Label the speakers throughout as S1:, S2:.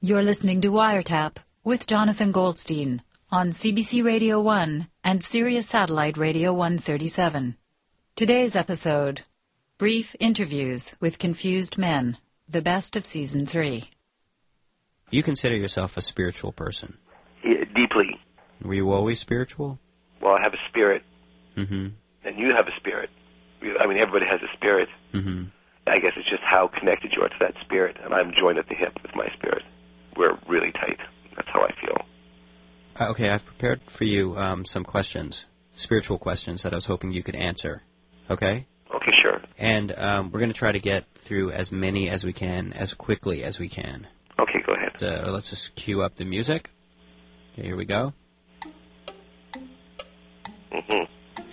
S1: You're listening to Wiretap with Jonathan Goldstein on CBC Radio 1 and Sirius Satellite Radio 137. Today's episode Brief Interviews with Confused Men, the best of season 3.
S2: You consider yourself a spiritual person.
S3: Yeah, deeply.
S2: Were you always spiritual?
S3: Well, I have a spirit,
S2: Mm-hmm.
S3: and you have a spirit. You- I mean, everybody has a spirit.
S2: Mm-hmm.
S3: I guess it's just how connected you are to that spirit, and I'm joined at the hip with my spirit. We're really tight. That's how I feel.
S2: Uh, okay, I've prepared for you um, some questions, spiritual questions that I was hoping you could answer. Okay?
S3: Okay, sure.
S2: And um, we're going to try to get through as many as we can, as quickly as we can.
S3: Okay, go ahead.
S2: Uh, let's just cue up the music. Okay, here we go.
S3: Mm-hmm.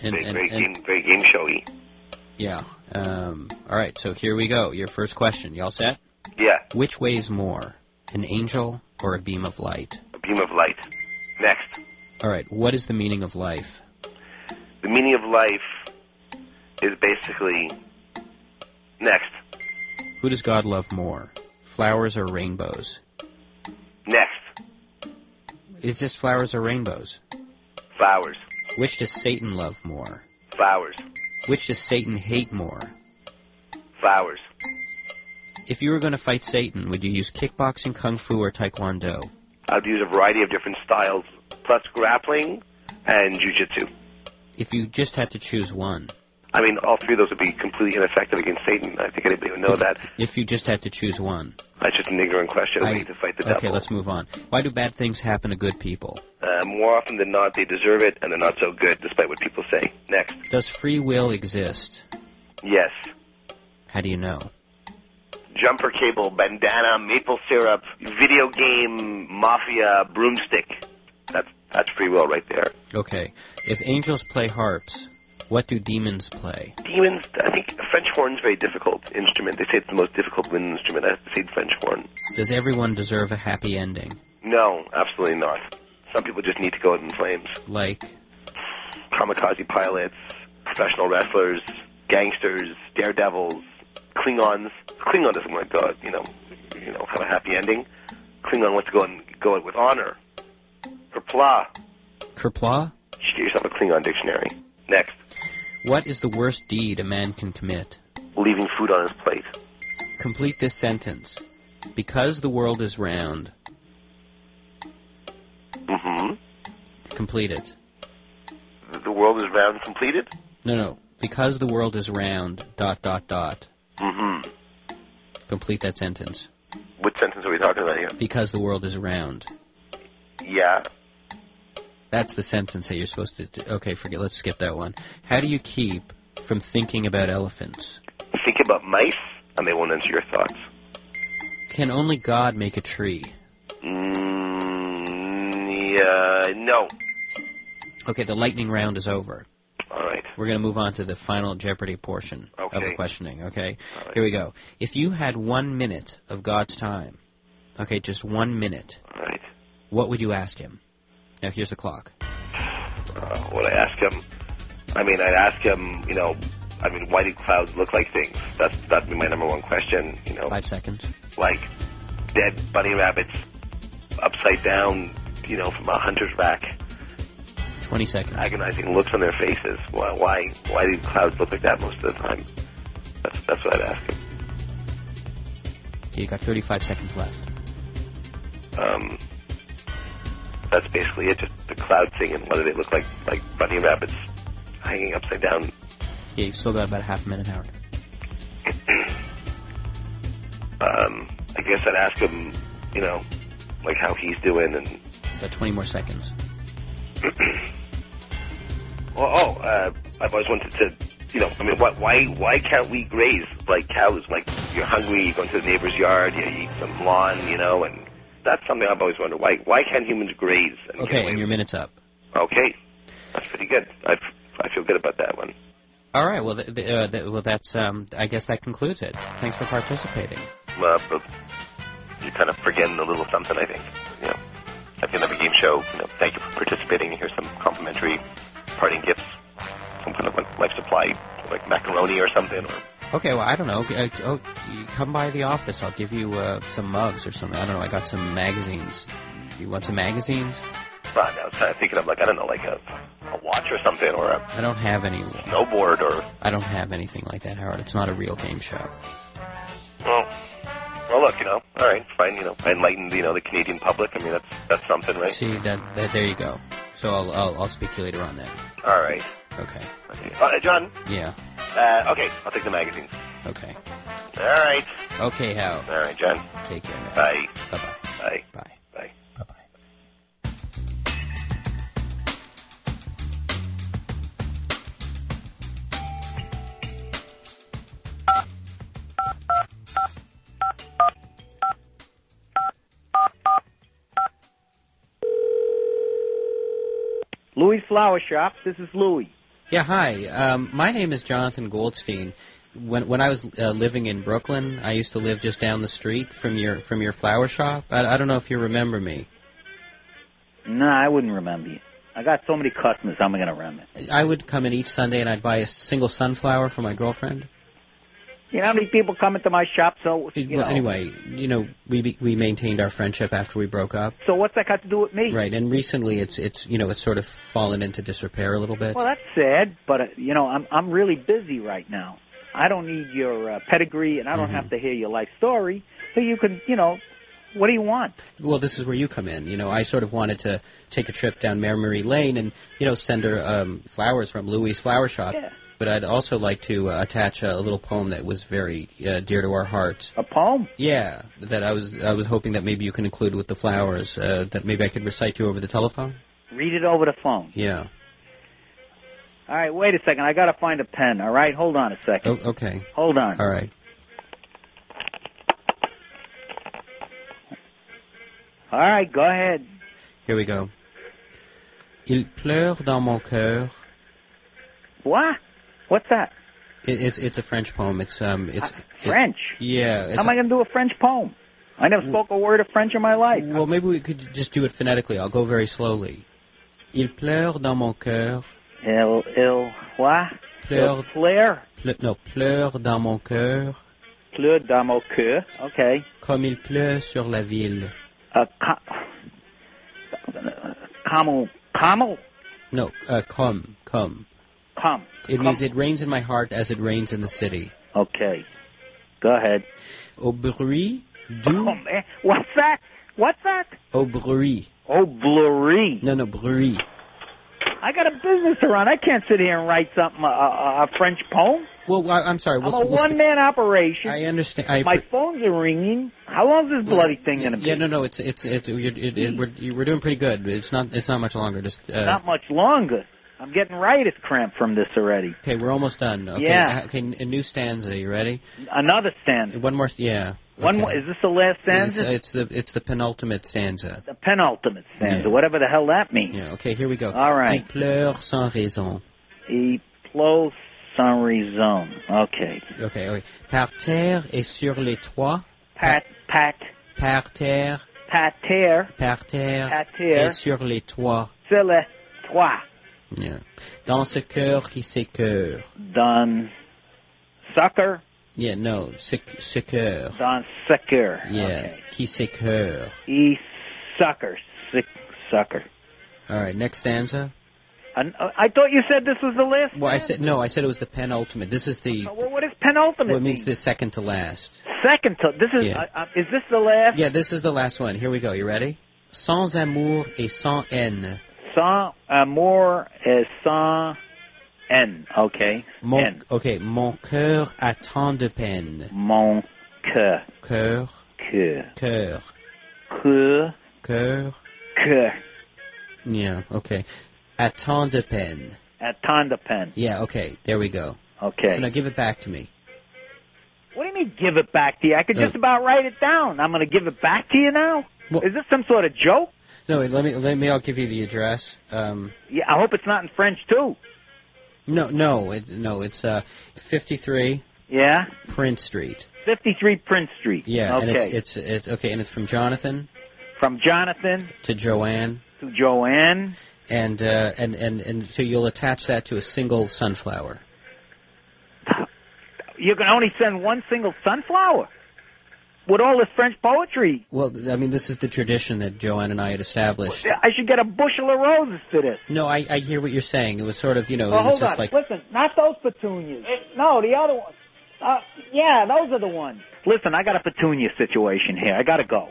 S2: And,
S3: very,
S2: and,
S3: very,
S2: and
S3: game, very game showy.
S2: yeah. Um, all right, so here we go. Your first question. Y'all set?
S3: Yeah,
S2: Which way is more, an angel or a beam of light?
S3: a beam of light. Next,
S2: All right, what is the meaning of life?
S3: the meaning of life is basically next,
S2: Who does God love more, flowers or rainbows?
S3: next,
S2: It's just flowers or rainbows.
S3: flowers,
S2: Which does Satan love more?
S3: flowers,
S2: Which does Satan hate more?
S3: flowers.
S2: If you were going to fight Satan, would you use kickboxing, kung fu, or taekwondo?
S3: I'd use a variety of different styles, plus grappling and jujitsu.
S2: If you just had to choose one,
S3: I mean, all three of those would be completely ineffective against Satan. I think anybody would know that.
S2: if you just had to choose one,
S3: That's just an ignorant question.
S2: I-
S3: we need to fight the
S2: okay,
S3: devil.
S2: let's move on. Why do bad things happen to good people?
S3: Uh, more often than not, they deserve it, and they're not so good, despite what people say. Next.
S2: Does free will exist?
S3: Yes.
S2: How do you know?
S3: Jumper cable, bandana, maple syrup, video game, mafia, broomstick. That's, that's free will right there.
S2: Okay, if angels play harps, what do demons play?
S3: Demons, I think French horn's a very difficult instrument. They say it's the most difficult wind instrument. I have to say French horn.
S2: Does everyone deserve a happy ending?
S3: No, absolutely not. Some people just need to go out in flames.
S2: Like,
S3: kamikaze pilots, professional wrestlers, gangsters, daredevils, Klingons. Klingon doesn't want to go, out, you know, you know, have a happy ending. Klingon wants to go and go out with honor. Kerpla.
S2: Kerpla?
S3: You should get yourself a Klingon dictionary. Next,
S2: What is the worst deed a man can commit?
S3: leaving food on his plate.
S2: Complete this sentence. Because the world is round,
S3: hmm
S2: complete it.
S3: The world is round and completed.
S2: No, no. Because the world is round, dot, dot, dot.
S3: hmm
S2: Complete that sentence.
S3: What sentence are we talking about here?
S2: Because the world is round.
S3: Yeah.
S2: That's the sentence that you're supposed to do. Okay, forget. Let's skip that one. How do you keep from thinking about elephants?
S3: Think about mice, and they won't answer your thoughts.
S2: Can only God make a tree?
S3: Mm, yeah. No.
S2: Okay, the lightning round is over.
S3: All right.
S2: We're going to move on to the final Jeopardy portion of the
S3: Okay.
S2: questioning, okay?
S3: All right.
S2: Here we go. If you had one minute of God's time, okay, just one minute,
S3: All right.
S2: what would you ask him? Now, here's the clock.
S3: uh, would I ask him? I mean, I'd ask him, you know, I mean, why do clouds look like things? That's that'd be my number one question. You know,
S2: Five seconds.
S3: like dead bunny rabbits upside down, you know, from a hunter's rack,
S2: 20 seconds.
S3: agonizing looks on their faces. Why, why, why do clouds look like that most of the time? That's that's what I'd ask him.
S2: You got 35 seconds left.
S3: Um, that's basically it. Just the cloud thing and whether they look like like bunny rabbits hanging upside down.
S2: Yeah, you've still got about a half a minute, Howard.
S3: um, I guess I'd ask him, you know, like how he's doing and.
S2: Got 20 more seconds.
S3: Well, oh, uh, I've always wanted to, you know, I mean, why, why, why can't we graze like cows? Like you're hungry, you go into the neighbor's yard, you eat some lawn, you know, and that's something I've always wondered. Why, why can't humans graze? And get
S2: Okay,
S3: away
S2: and your minute's up.
S3: with- okay, that's pretty good. I, I feel good about that one.
S2: All right, well, th- th- uh, th- well that's, um, I guess that concludes it. Thanks for participating.
S3: Uh, but you're kind of forgetting a little something, I think. You know, at the end of a game show, you know, thank you for participating. Here's some complimentary parting gifts, some kind of like life supply, like macaroni or something, or
S2: Okay, well, I don't know. Uh, oh, you come by the office. I'll give you uh, some mugs or something. I don't know. I got some magazines. You want some magazines?
S3: But I was kind of thinking of like I don't know, like a, a watch or something, or a
S2: I don't have any.
S3: snowboard, or
S2: I don't have anything like that, Howard. It's not a real game show.
S3: well, well, look, you know, all right, fine, you know, I enlightened, you know, the Canadian public. I mean, that's that's something, right?
S2: See that, that? There you go. So I'll, I'll I'll speak to you later on that.
S3: All right,
S2: Okay.
S3: okay. Uh, John.
S2: Yeah.
S3: Uh, okay, I'll take the magazines.
S2: Okay.
S3: All right,
S2: Okay, Howard.
S3: all right, John.
S2: Take care. Now.
S3: Bye,
S2: Bye bye.
S3: bye,
S2: Bye.
S3: bye.
S2: Bye bye.
S4: Louis Flower Shop. This is Louis.
S2: Yeah, hi. Um, my name is Jonathan Goldstein. When when I was uh, living in Brooklyn, I used to live just down the street from your from your flower shop. I, I don't know if you remember me.
S4: No, I wouldn't remember you. I got so many customers. How am I going to remember?
S2: I would come in each Sunday and I'd buy a single sunflower for my girlfriend.
S4: You know how many people come into my shop? So you know,
S2: Well, anyway, you know, we be- we maintained our friendship after we broke up,
S4: So what's that got to do with me?
S2: right? And recently, it's it's you know, it's sort of fallen into disrepair a little bit.
S4: Well, that's sad, but uh, you know I'm I'm really busy right now. I don't need your uh, pedigree, and I don't
S2: Mhm.
S4: have to hear your life story. So you can, you know, what do you want?
S2: Well, this is where you come in. You know, I sort of wanted to take a trip down memory lane and you know send her um, flowers from Louis' flower shop.
S4: Yeah.
S2: But I'd also like to uh, attach a little poem that was very uh, dear to our hearts.
S4: A poem?
S2: Yeah, that I was I was hoping that maybe you can include with the flowers. Uh, that maybe I could recite to you over the telephone.
S4: Read it over the phone.
S2: Yeah.
S4: All right, wait a second. I got to find a pen. All right, hold on a second.
S2: O- Oh, okay.
S4: Hold on.
S2: All right.
S4: All right, go ahead.
S2: Here we go. Il pleure dans mon cœur.
S4: What? What's that?
S2: It, it's it's a French poem. It's um it's it-
S4: Ah, French.
S2: yeah. It's
S4: How am I going to do a French poem? I never spoke a word of French in my life.
S2: Well, maybe we could just do it phonetically. I'll go very slowly. Il pleure dans mon cœur.
S4: Il, il, what?
S2: Pleure,
S4: Fleur.
S2: ple, no, pleure dans mon cœur,
S4: Fleur dans mon cœur. Okay.
S2: comme il pleut sur la ville.
S4: Uh, ca- camel. Camel?
S2: No, uh, comme, comme.
S4: Come.
S2: It means it rains in my heart as it rains in the city.
S4: Okay. Go ahead.
S2: Au bruit du,
S4: Oh, man. What's that? What's that?
S2: au bruit.
S4: Oh, blurry.
S2: No, no, bruit.
S4: I got a business to run. I can't sit here and write something, a, a, a French poem.
S2: Well, I, I'm sorry.
S4: I'm
S2: We'll,
S4: a
S2: we'll
S4: one man operation.
S2: I understand. I,
S4: My phones are ringing. How long's this bloody thing going to be?
S2: Yeah, no, no. It's it's it's you're, it, it, we're you- we're doing pretty good. It's not it's not much longer. Just uh,
S4: Not much longer. I'm getting riotous cramp from this already.
S2: okay. We're almost done. Okay,
S4: Yeah.
S2: uh, Okay, n- a new stanza. You ready?
S4: Another stanza.
S2: One more, yeah.
S4: One
S2: Okay.
S4: more. Is this the last stanza?
S2: It's, it's the it's the penultimate stanza.
S4: the penultimate stanza,
S2: Yeah.
S4: whatever the hell that means.
S2: Yeah. Okay. Here we go.
S4: All right.
S2: Il pleure sans raison.
S4: He plows sans raison. E Okay.
S2: Okay. okay. Par terre et sur les toits.
S4: Pat, pat,
S2: Par terre,
S4: pater,
S2: par terre,
S4: Par terre.
S2: et sur les toits.
S4: cela, toi,
S2: Yeah. Dans ce cœur qui s'écœure.
S4: don, sucker,
S2: Yeah. No. Ce, ce cœur.
S4: don, sucker.
S2: Yeah.
S4: Okay.
S2: Qui s'écœure.
S4: He sucker, sick, sucker.
S2: All right. Next stanza.
S4: An- uh, I thought you said this was the last.
S2: Well, I E. said
S4: stanza.
S2: no. I said it was the penultimate. This is the.
S4: Well, what does penultimate
S2: Well, it means
S4: mean?
S2: the second to last.
S4: Second to this is
S2: Yeah.
S4: uh, uh, is this the last?
S2: Yeah, this is the last one. Here we go. You ready? Sans amour et sans haine,
S4: Sans amour et sans haine. Okay.
S2: mon,
S4: Haine.
S2: okay, mon cœur a tant de peine.
S4: Mon cœur.
S2: Cœur,
S4: Cœur.
S2: cœur,
S4: Cœur.
S2: cœur.
S4: Cœur.
S2: Yeah, okay. A tant de peine.
S4: At Tondapen.
S2: Yeah, okay. There we go.
S4: Okay.
S2: Now give it back to me.
S4: What do you mean give it back to you? I could just about write it down. I'm going to give it back to you now?
S2: Uh. Well-
S4: is this some sort of joke?
S2: No, wait, let me let me. I'll give you the address. Um,
S4: Yeah, I hope it's not in French, too.
S2: no, no, it, no. It's uh, 53
S4: Yeah?
S2: Prince Street.
S4: 53 Prince Street.
S2: Yeah,
S4: Okay.
S2: and it's it's it's okay, and it's from Jonathan
S4: From Jonathan
S2: to Joanne.
S4: to Joanne.
S2: and uh, and and and so you'll attach that to a single sunflower.
S4: you can only send one single sunflower. With all this French poetry,
S2: Well, th- I mean, this is the tradition that Joanne and I had established.
S4: I should get a bushel of roses for this.
S2: No, I, I hear what you're saying. It was sort of, you know,
S4: Well,
S2: it was
S4: hold
S2: just
S4: on.
S2: like,
S4: Listen, not those petunias. No, the other ones. Uh, yeah, those are the ones. Listen, I got a petunia situation here. I got to go.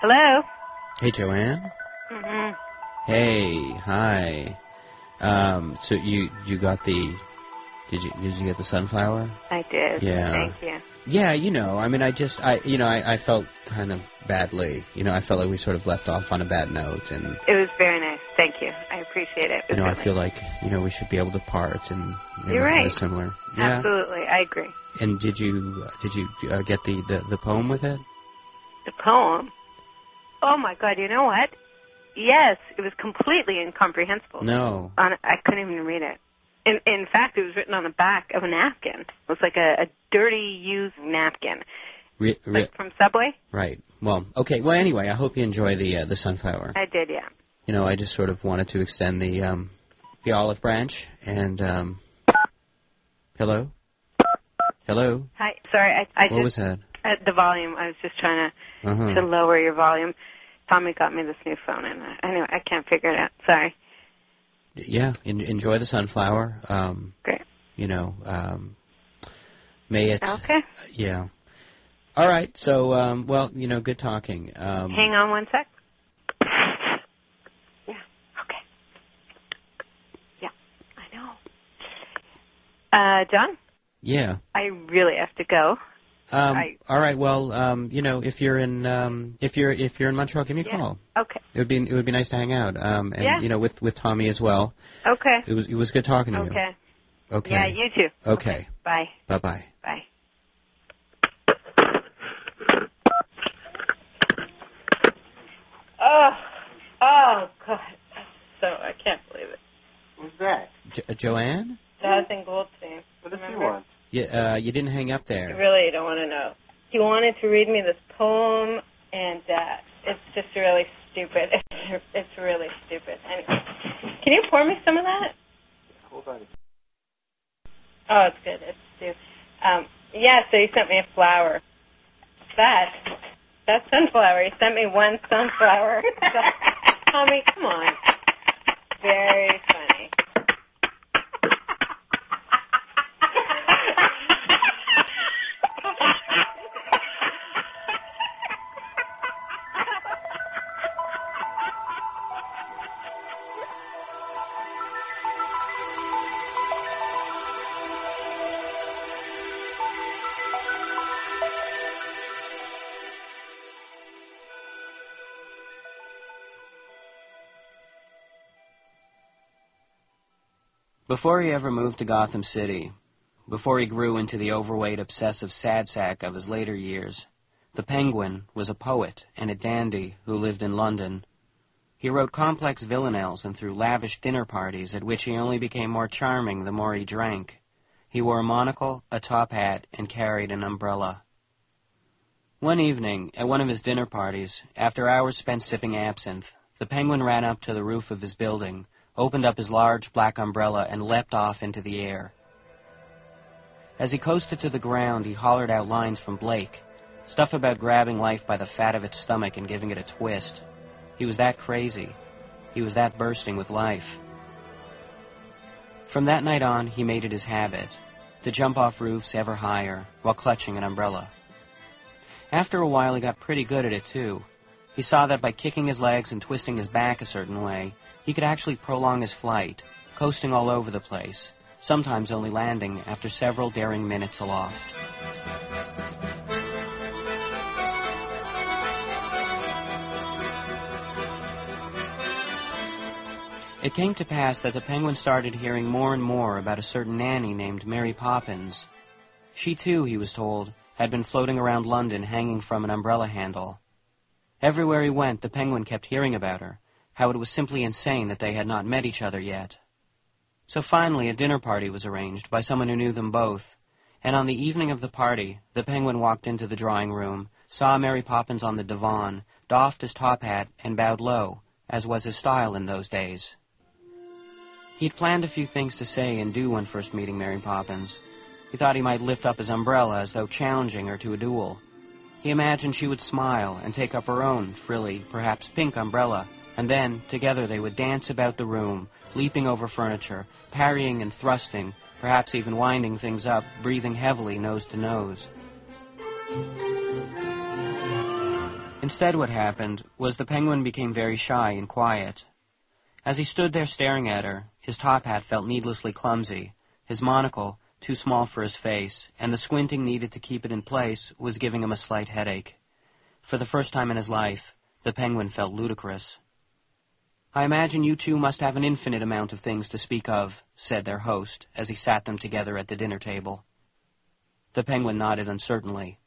S5: Hello?
S2: hey, Joanne.
S5: hmm
S4: Mm-hmm.
S2: Hey, hi. Um, so you you got the did you did you get the sunflower?
S5: I did.
S2: Yeah.
S5: Thank you.
S2: Yeah, you know, I mean, I just I you know I, I felt kind of badly. You know, I felt like we sort of left off on a bad note, and
S5: It was very nice. Thank you. I appreciate it.
S2: you know I
S5: Really.
S2: feel like you know we should be able to part and and
S5: You're
S2: kind
S5: right.
S2: of similar. Yeah.
S5: Absolutely. I agree.
S2: And did you uh, did you uh, get the, the the poem with it?
S5: The poem. Oh my God, you know what? Yes, it was completely incomprehensible.
S2: No.
S5: On, I couldn't even read it. In, in fact, it was written on the back of a napkin. It was like a, a dirty, used napkin.
S2: Re- re-
S5: Like from Subway?
S2: right. Well, okay. Well, anyway, I hope you enjoy the uh, the sunflower.
S5: I did, yeah.
S2: you know, I just sort of wanted to extend the um, the olive branch and um, hello, hello.
S5: Hi. Sorry, I, I just,
S2: What was that?
S5: at the volume, I was just trying to
S2: Uh
S5: to
S2: huh.
S5: lower your volume. Tommy got me this new phone, and I, anyway, I can't figure it out. Sorry.
S2: Yeah. En- enjoy the sunflower. Um,
S5: Great.
S2: You know, um, may it.
S5: Okay.
S2: Yeah. All right. So, um, well, you know, good talking. Um,
S5: Hang on one sec. Yeah. Okay. Yeah. I know. Uh, John,
S2: Yeah.
S5: I really have to go.
S2: Um,
S5: I-
S2: all right. Well, um, you know, if you're in um, if you're if you're in Montreal, give me a
S5: Yeah.
S2: call.
S5: Okay.
S2: It would be it would be nice to hang out. Um, and
S5: Yeah.
S2: you know, with with Tommy as well.
S5: Okay.
S2: It was it was good talking to
S5: Okay.
S2: you. Okay.
S5: Yeah. You too.
S2: Okay.
S5: Bye.
S2: Bye bye.
S5: Bye. Oh. Oh God. So I can't believe it.
S6: Who's that?
S2: Jo- uh, Joanne?
S5: Jonathan Goldstein.
S6: What does he
S5: Remember?
S6: want?
S2: Yeah, uh, you didn't hang up
S5: I
S2: there.
S5: really don't want to know. He wanted to read me this poem, and uh, it's just really stupid. It's really stupid. Anyway, can you pour me some of that?
S6: Hold on.
S5: Oh, it's good. It's stupid. Um, yeah, so he sent me a flower. That that sunflower. He sent me one sunflower. Tommy, come on. Very funny.
S7: Before he ever moved to Gotham City, before he grew into the overweight, obsessive sad sack of his later years, the Penguin was a poet and a dandy who lived in London. He wrote complex villanelles and threw lavish dinner parties at which he only became more charming the more he drank. He wore a monocle, a top hat, and carried an umbrella. One evening, at one of his dinner parties, after hours spent sipping absinthe, the Penguin ran up to the roof of his building opened up his large black umbrella and leapt off into the air. As he coasted to the ground, he hollered out lines from Blake, stuff about grabbing life by the fat of its stomach and giving it a twist. He was that crazy. He was that bursting with life. From that night on, he made it his habit to jump off roofs ever higher while clutching an umbrella. After a while, he got pretty good at it, too. He saw that by kicking his legs and twisting his back a certain way, he could actually prolong his flight, coasting all over the place, sometimes only landing after several daring minutes aloft. It came to pass that the penguin started hearing more and more about a certain nanny named Mary Poppins. She too, he was told, had been floating around London hanging from an umbrella handle. Everywhere he went, the penguin kept hearing about her how it was simply insane that they had not met each other yet. So finally, a dinner party was arranged by someone who knew them both, and on the evening of the party, the penguin walked into the drawing room, saw Mary Poppins on the divan, doffed his top hat, and bowed low,
S2: as was his style in those days. He'd planned a few things to say and do when first meeting Mary Poppins. He thought he might lift up his umbrella as though challenging her to a duel. He imagined she would smile and take up her own frilly, perhaps pink umbrella, and then together they would dance about the room, leaping over furniture, parrying and thrusting, perhaps even winding things up, breathing heavily nose to nose. Instead, what happened was the penguin became very shy and quiet. As he stood there staring at her, his top hat felt needlessly clumsy, his monocle, too small for his face, and the squinting needed to keep it in place was giving him a slight headache. For the first time in his life, the penguin felt ludicrous. I imagine you two must have an infinite amount of things to speak of, said their host, as he sat them together at the dinner table. The penguin nodded uncertainly.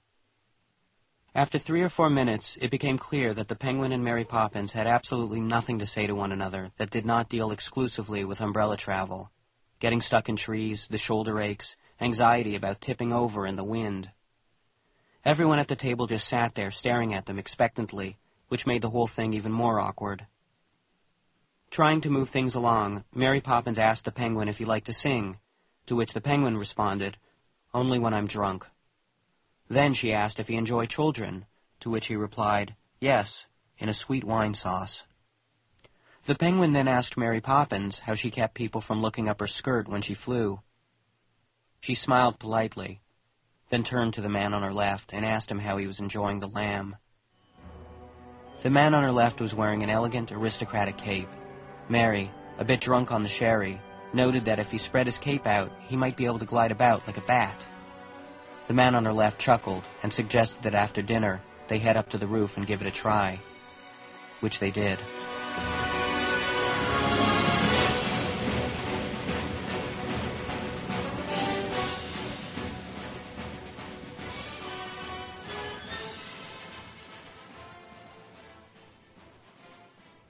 S2: After three or four minutes, it became clear that the penguin and Mary Poppins had absolutely nothing to say to one another that did not deal exclusively with umbrella travel getting stuck in trees, the shoulder aches, anxiety about tipping over in the wind. Everyone at the table just sat there staring at them expectantly, which made the whole thing even more awkward. Trying to move things along, Mary Poppins asked the penguin if he liked to sing, to which the penguin responded, Only when I'm drunk. Then she asked if he enjoyed children, to which he replied, Yes, in a sweet wine sauce. The penguin then asked Mary Poppins how she kept people from looking up her skirt when she flew. She smiled politely, then turned to the man on her left and asked him how he was enjoying the lamb. The man on her left was wearing an elegant aristocratic cape. Mary, a bit drunk on the sherry, noted that if he spread his cape out, he might be able to glide about like a bat. The man on her left chuckled and suggested that after dinner they head up to the roof and give it a try, which they did.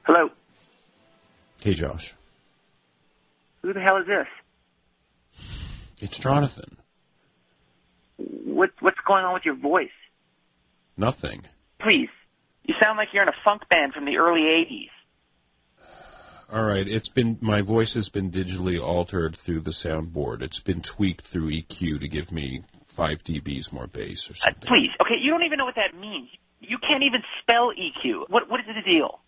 S6: Hello.
S8: Hey, Josh.
S6: Who the hell is this?
S8: It's Jonathan.
S6: What what's going on with your voice?
S8: Nothing.
S6: Please. You sound like you're in a funk band from the early '80s.
S8: All right, it's been my voice has been digitally altered through the soundboard. It's been tweaked through EQ to give me five dBs more bass or
S6: Uh,
S8: something.
S6: please. Okay, you don't even know what that means. You can't even spell EQ. What what is the deal?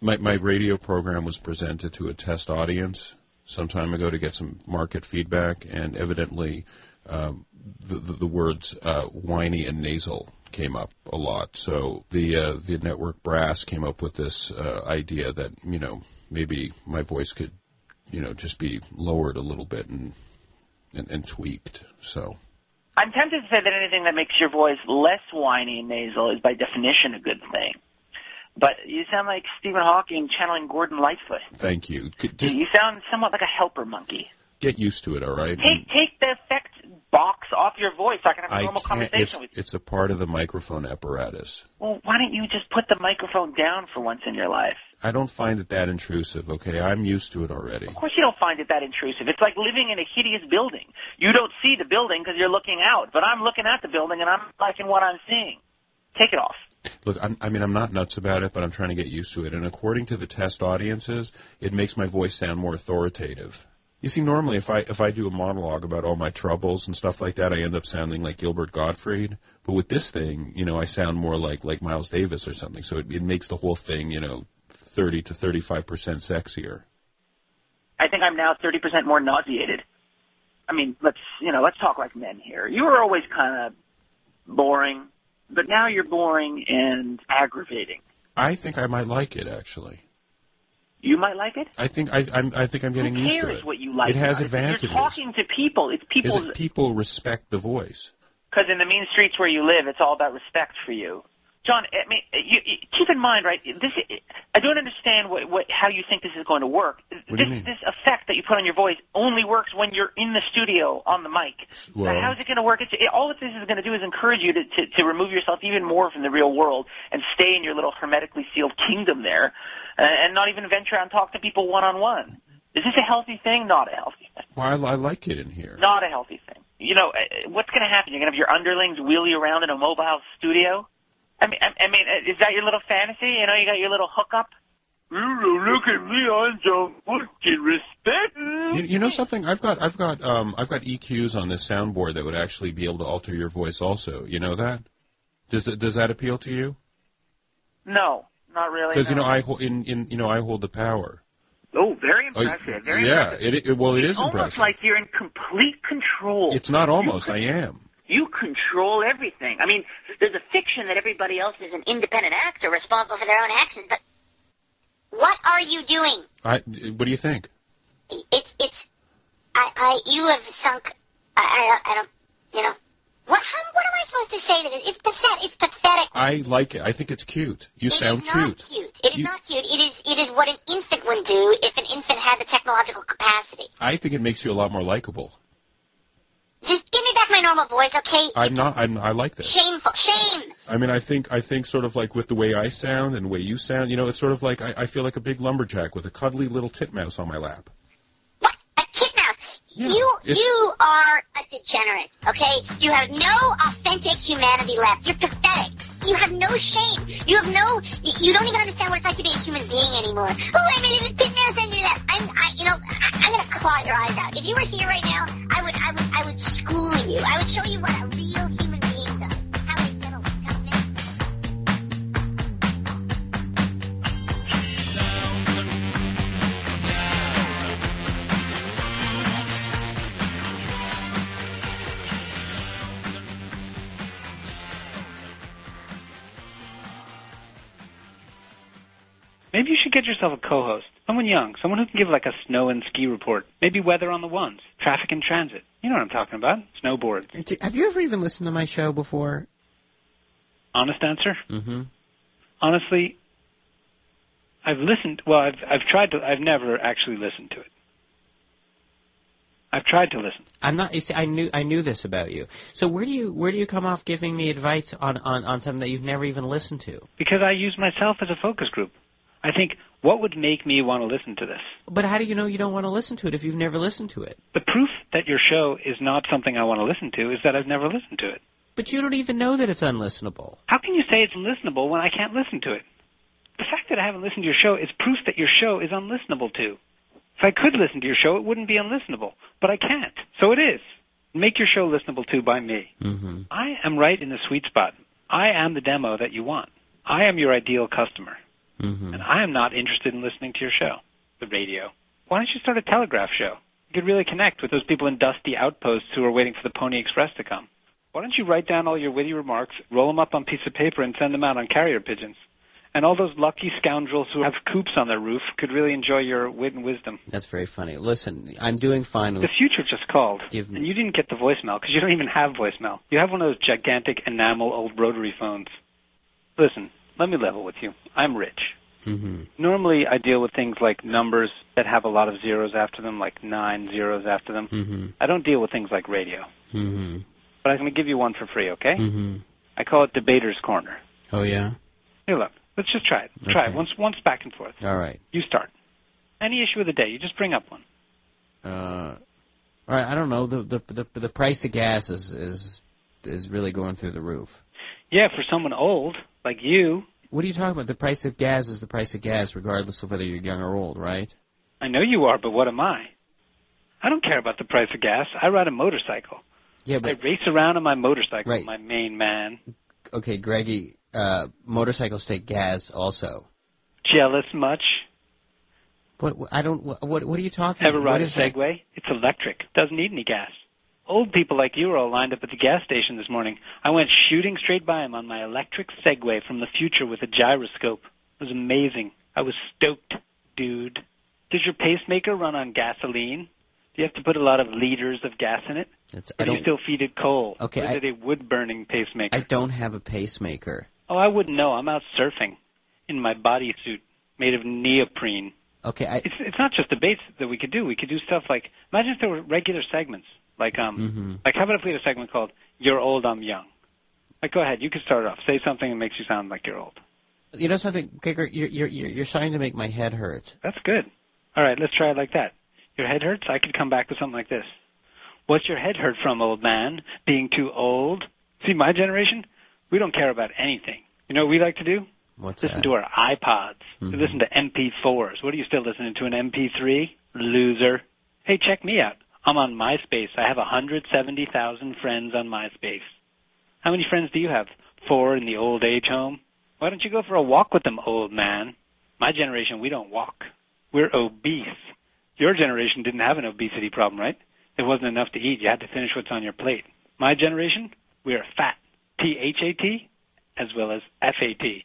S8: My my radio program was presented to a test audience some time ago to get some market feedback, and evidently, um, the, the the words uh, whiny and nasal came up a lot. So the uh, the network brass came up with this uh, idea that you know maybe my voice could you know just be lowered a little bit and and, and tweaked. So
S6: I'm tempted to say that anything that makes your voice less whiny and nasal is by definition a good thing. But you sound like Stephen Hawking channeling Gordon Lightfoot.
S8: thank you. Could just
S6: you sound somewhat like a helper monkey.
S8: get used to it. All right.
S6: Take take the effect box off your voice so I can have a
S8: I
S6: normal
S8: can't.
S6: conversation
S8: It's
S6: with you.
S8: it's a part of the microphone apparatus.
S6: Well, why don't you just put the microphone down for once in your life?
S8: I don't find it that intrusive, okay? I'm used to it already.
S6: Of course you don't find it that intrusive. It's like living in a hideous building. You don't see the building because you're looking out, but I'm looking at the building and I'm liking what I'm seeing. Take it off.
S8: Look, I'm, I mean, I'm not nuts about it, but I'm trying to get used to it. And according to the test audiences, it makes my voice sound more authoritative. You see, normally if I if I do a monologue about all my troubles and stuff like that, I end up sounding like Gilbert Gottfried. But with this thing, you know, I sound more like like Miles Davis or something. So it, it makes the whole thing, you know, 30 to 35 percent sexier.
S6: I think I'm now 30% more nauseated. I mean, let's, you know, let's talk like men here. You were always kind of boring, but now you're boring and aggravating.
S8: I think I might like it actually.
S6: You might like it.
S8: I think I I'm, I think I'm getting
S6: Who
S8: used to
S6: cares
S8: it.
S6: what you like?
S8: It has
S6: about
S8: advantages.
S6: You're talking to people. It's
S8: Is
S6: people
S8: that people respect the voice?
S6: because in the mean streets where you live, it's all about respect for you. John, I mean, you, you, keep in mind, right? This I don't understand what, what how you think this is going to work.
S8: What do
S6: this
S8: you mean?
S6: this effect that you put on your voice only works when you're in the studio on the mic.
S8: Well-
S6: so how's it going to work? It's, it, all that this is going to do is encourage you to, to to remove yourself even more from the real world and stay in your little hermetically sealed kingdom there, and, and not even venture out and talk to people one on one. Is this a healthy thing? Not a healthy thing.
S8: Well, I, I like it in here.
S6: Not a healthy thing. You know, uh, what's going to happen? You're going to have your underlings wheel you around in a eh, mobile studio? I mean, I, I mean, uh, is that your little fantasy? You know, you got your little hookup?
S9: Look at me, I don't fucking respect.
S8: You, you know something? I've got I've got um I've got EQs on this soundboard that would actually be able to alter your voice also. You know that? Does that- does that appeal to you?
S6: No, not really.
S8: Because you
S6: no.
S8: know I hold in, in you know I hold the power.
S10: Oh, very
S8: Oh,
S10: impressive. very
S8: yeah.
S10: impressive.
S8: It, it well it
S10: it's
S8: is
S10: almost
S8: impressive.
S10: like you're in complete control.
S8: It's not almost. I am.
S10: You control everything. I mean, there's a fiction that everybody else is an independent actor responsible for their own actions, but
S11: What are you doing?
S8: I. What do you think?
S11: It's it's I I you have sunk. I I, I don't you know what how, what am I supposed to say to this? It's pathetic. It's pathetic.
S8: I like it. I think it's cute. You sound
S11: Not
S8: cute.
S11: cute. It is
S8: You-
S11: not cute. It is it is what an infant would do if an infant had the technological capacity.
S8: I think it makes you a lot more likable.
S11: Just give me back my normal voice, okay?
S8: I'm not. I'm. I like this.
S11: Shameful. Shame.
S8: I mean, I think. I think sort of like with the way I sound and the way you sound. You know, it's sort of like I, I feel like a big lumberjack with a cuddly little titmouse on my lap.
S11: you
S8: it's-
S11: you are a degenerate, okay? You have no authentic humanity left. You're pathetic. You have no shame. You have no. You, you don't even understand what it's like to be a human being anymore. Oh, I made it a big man send you that. I'm, I, you know, I, I'm gonna claw your eyes out. If you were here right now, I would, I would, I would school you. I would show you what a real human being does. How it's gonna come in.
S12: Maybe you should get yourself a co-host, someone young, someone who can give like a snow and ski report, maybe weather on the ones, traffic and transit. You know what I'm talking about? Snowboards.
S2: D- Have you ever even listened to my show before?
S12: Honest answer?
S2: Mm-hmm.
S12: Honestly, I've listened. Well, I've I've tried to. I've never actually listened to it. I've tried to listen.
S2: I'm not. You see, I knew I knew this about you. So where do you where do you come off giving me advice on on on something that you've never even listened to?
S12: Because I use myself as a focus group. I think, what would make me want to listen to this?
S2: But how do you know you don't want to listen to it if you've never listened to it?
S12: The proof that your show is not something I want to listen to is that I've never listened to it.
S2: But you don't even know that it's unlistenable.
S12: How can you say it's listenable when I can't listen to it? The fact that I haven't listened to your show is proof that your show is unlistenable to. If I could listen to your show, it wouldn't be unlistenable. But I can't. So it is. Make your show listenable to by me.
S2: Mm-hmm.
S12: I am right in the sweet spot. I am the demo that you want. I am your ideal customer.
S2: Mm-hmm.
S12: And I am not interested in listening to your show, the radio. Why don't you start a telegraph show? You could really connect with those people in dusty outposts who are waiting for the Pony Express to come. Why don't you write down all your witty remarks, roll them up on a piece of paper, and send them out on carrier pigeons? And all those lucky scoundrels who have coops on their roof could really enjoy your wit and wisdom.
S2: That's very funny. Listen, I'm doing fine.
S12: The
S2: with-
S12: future just called,
S2: Give
S12: and you didn't get the voicemail because you don't even have voicemail. You have one of those gigantic enamel old rotary phones. Listen, let me level with you. I'm rich.
S2: Mm-hmm.
S12: Normally, I deal with things like numbers that have a lot of zeros after them, like nine zeros after them.
S2: Mm-hmm.
S12: I don't deal with things like radio,
S2: Mm-hmm.
S12: but I'm going to give you one for free, okay?
S2: Mm-hmm.
S12: I call it Debater's Corner.
S2: Oh yeah.
S12: Here, look, let's just try it. Try it
S2: Okay.
S12: once, once back and forth.
S2: All right.
S12: You start. Any issue of the day, you just bring up one.
S2: Uh, all right. I don't know. The the the, the price of gas is is is really going through the roof.
S12: Yeah, for someone old like you,
S2: What are you talking about? The price of gas is the price of gas, regardless of whether you're young or old, right?
S12: I know you are, but what am I? I don't care about the price of gas. I ride a motorcycle.
S2: Yeah, but
S12: I race around on my motorcycle,
S2: Right.
S12: my main man.
S2: okay, Greggy. Uh, motorcycles take gas also.
S12: Jealous much?
S2: What what- I don't. What what what are you talking?
S12: Ever
S2: about?
S12: ride
S2: What
S12: a
S2: is that?
S12: Segway? It's electric. Doesn't need any gas. Old people like you are all lined up at the gas station this morning. I went shooting straight by him on my electric Segway from the future with a gyroscope. It was amazing. I was stoked, dude. Does your pacemaker run on gasoline? Do you have to put a lot of liters of gas in it?
S2: It's- I
S12: Or do you
S2: don't.
S12: still feed it coal?
S2: Okay,
S12: Or is
S2: I-
S12: it a wood burning pacemaker?
S2: I don't have a pacemaker.
S12: Oh, I wouldn't know. I'm out surfing in my bodysuit made of neoprene.
S2: Okay, I.
S12: It's it's not just debates that we could do. We could do stuff like imagine if there were regular segments. Like um
S2: Mm-hmm.
S12: like how about if we had a segment called You're Old, I'm Young? Like go ahead, you could start off. Say something that makes you sound like you're old.
S2: You know something, Gregor? You're you're you're you're starting to make my head hurt.
S12: That's good. All right, let's try it like that. Your head hurts? I could come back with something like this. What's your head hurt from, old man? Being too old? See, my generation, we don't care about anything. You know what we like to do?
S2: What's
S12: listen
S2: that? Mm-hmm.
S12: to our iPods. They Listen to MP4s. What are you still listening to? An MP3? Loser. Hey, check me out. I'm on MySpace. I have 170,000 friends on MySpace. How many friends do you have? Four in the old age home? Why don't you go for a walk with them, old man? My generation, we don't walk. We're obese. Your generation didn't have an obesity problem, right? It wasn't enough to eat. You had to finish what's on your plate. My generation, we are fat. T H A T as well as F A T.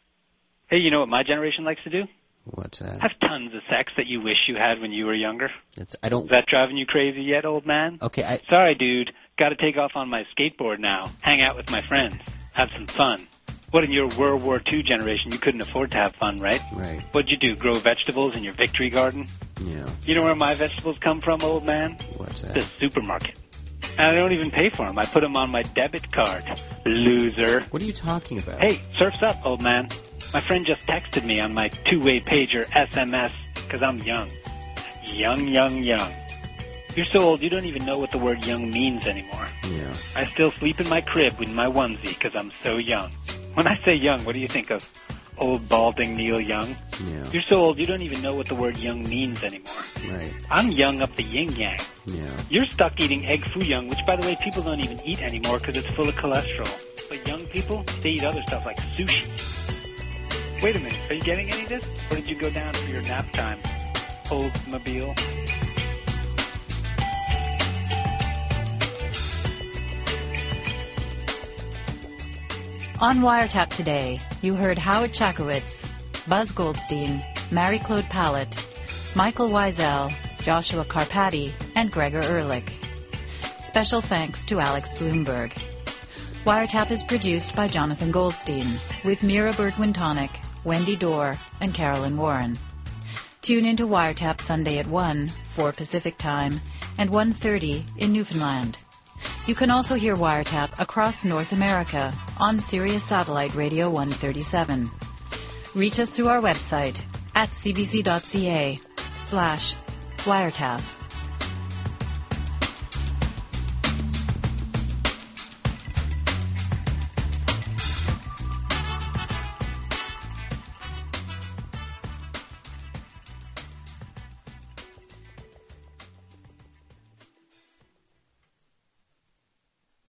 S12: Hey, you know what my generation likes to do?
S2: What's that?
S12: Have tons of sex that you wish you had when you were younger.
S2: It's, I don't.
S12: Is that driving you crazy yet, old man?
S2: Okay, I,
S12: Sorry, dude. Got to take off on my skateboard now. Hang out with my friends. Have some fun. What in your World War II generation, you couldn't afford to have fun, right?
S2: right.
S12: What'd you do? Grow vegetables in your victory garden?
S2: Yeah.
S12: You know where my vegetables come from, old man?
S2: What's
S12: The
S2: that?
S12: supermarket. And I don't even pay for them. I put them on my debit card. Loser.
S2: What are you talking about?
S12: Hey, surf's up, old man. My friend just texted me on my two-way pager SMS because I'm young. Young, young, young. You're so old you don't even know what the word young means anymore.
S2: Yeah.
S12: I still sleep in my crib with my onesie because I'm so young. When I say young, what do you think of? Old balding Neil Young?
S2: Yeah.
S12: You're so old you don't even know what the word young means anymore.
S2: Right.
S12: I'm young up the yin yang.
S2: Yeah.
S12: You're stuck eating egg foo young, which by the way, people don't even eat anymore because it's full of cholesterol. But young people, they eat other stuff like sushi. Wait a minute, are you getting any of this? Or did you go down for your nap time? Oldsmobile.
S1: On Wiretap today, you heard Howard Chakowitz, Buzz Goldstein, Mary Claude Pallett, Michael Wiesel, Joshua Carpatti, and Gregor Ehrlich. Special thanks to Alex Bloomberg. Wiretap is produced by Jonathan Goldstein, with Mira Bergwin-Tonic, Wendy Dorr, and Carolyn Warren. Tune into Wiretap Sunday at 1, 4 Pacific Time, and 1.30 in Newfoundland. You can also hear Wiretap across North America on Sirius Satellite Radio 137. Reach us through our website at cbc.ca slash wiretap.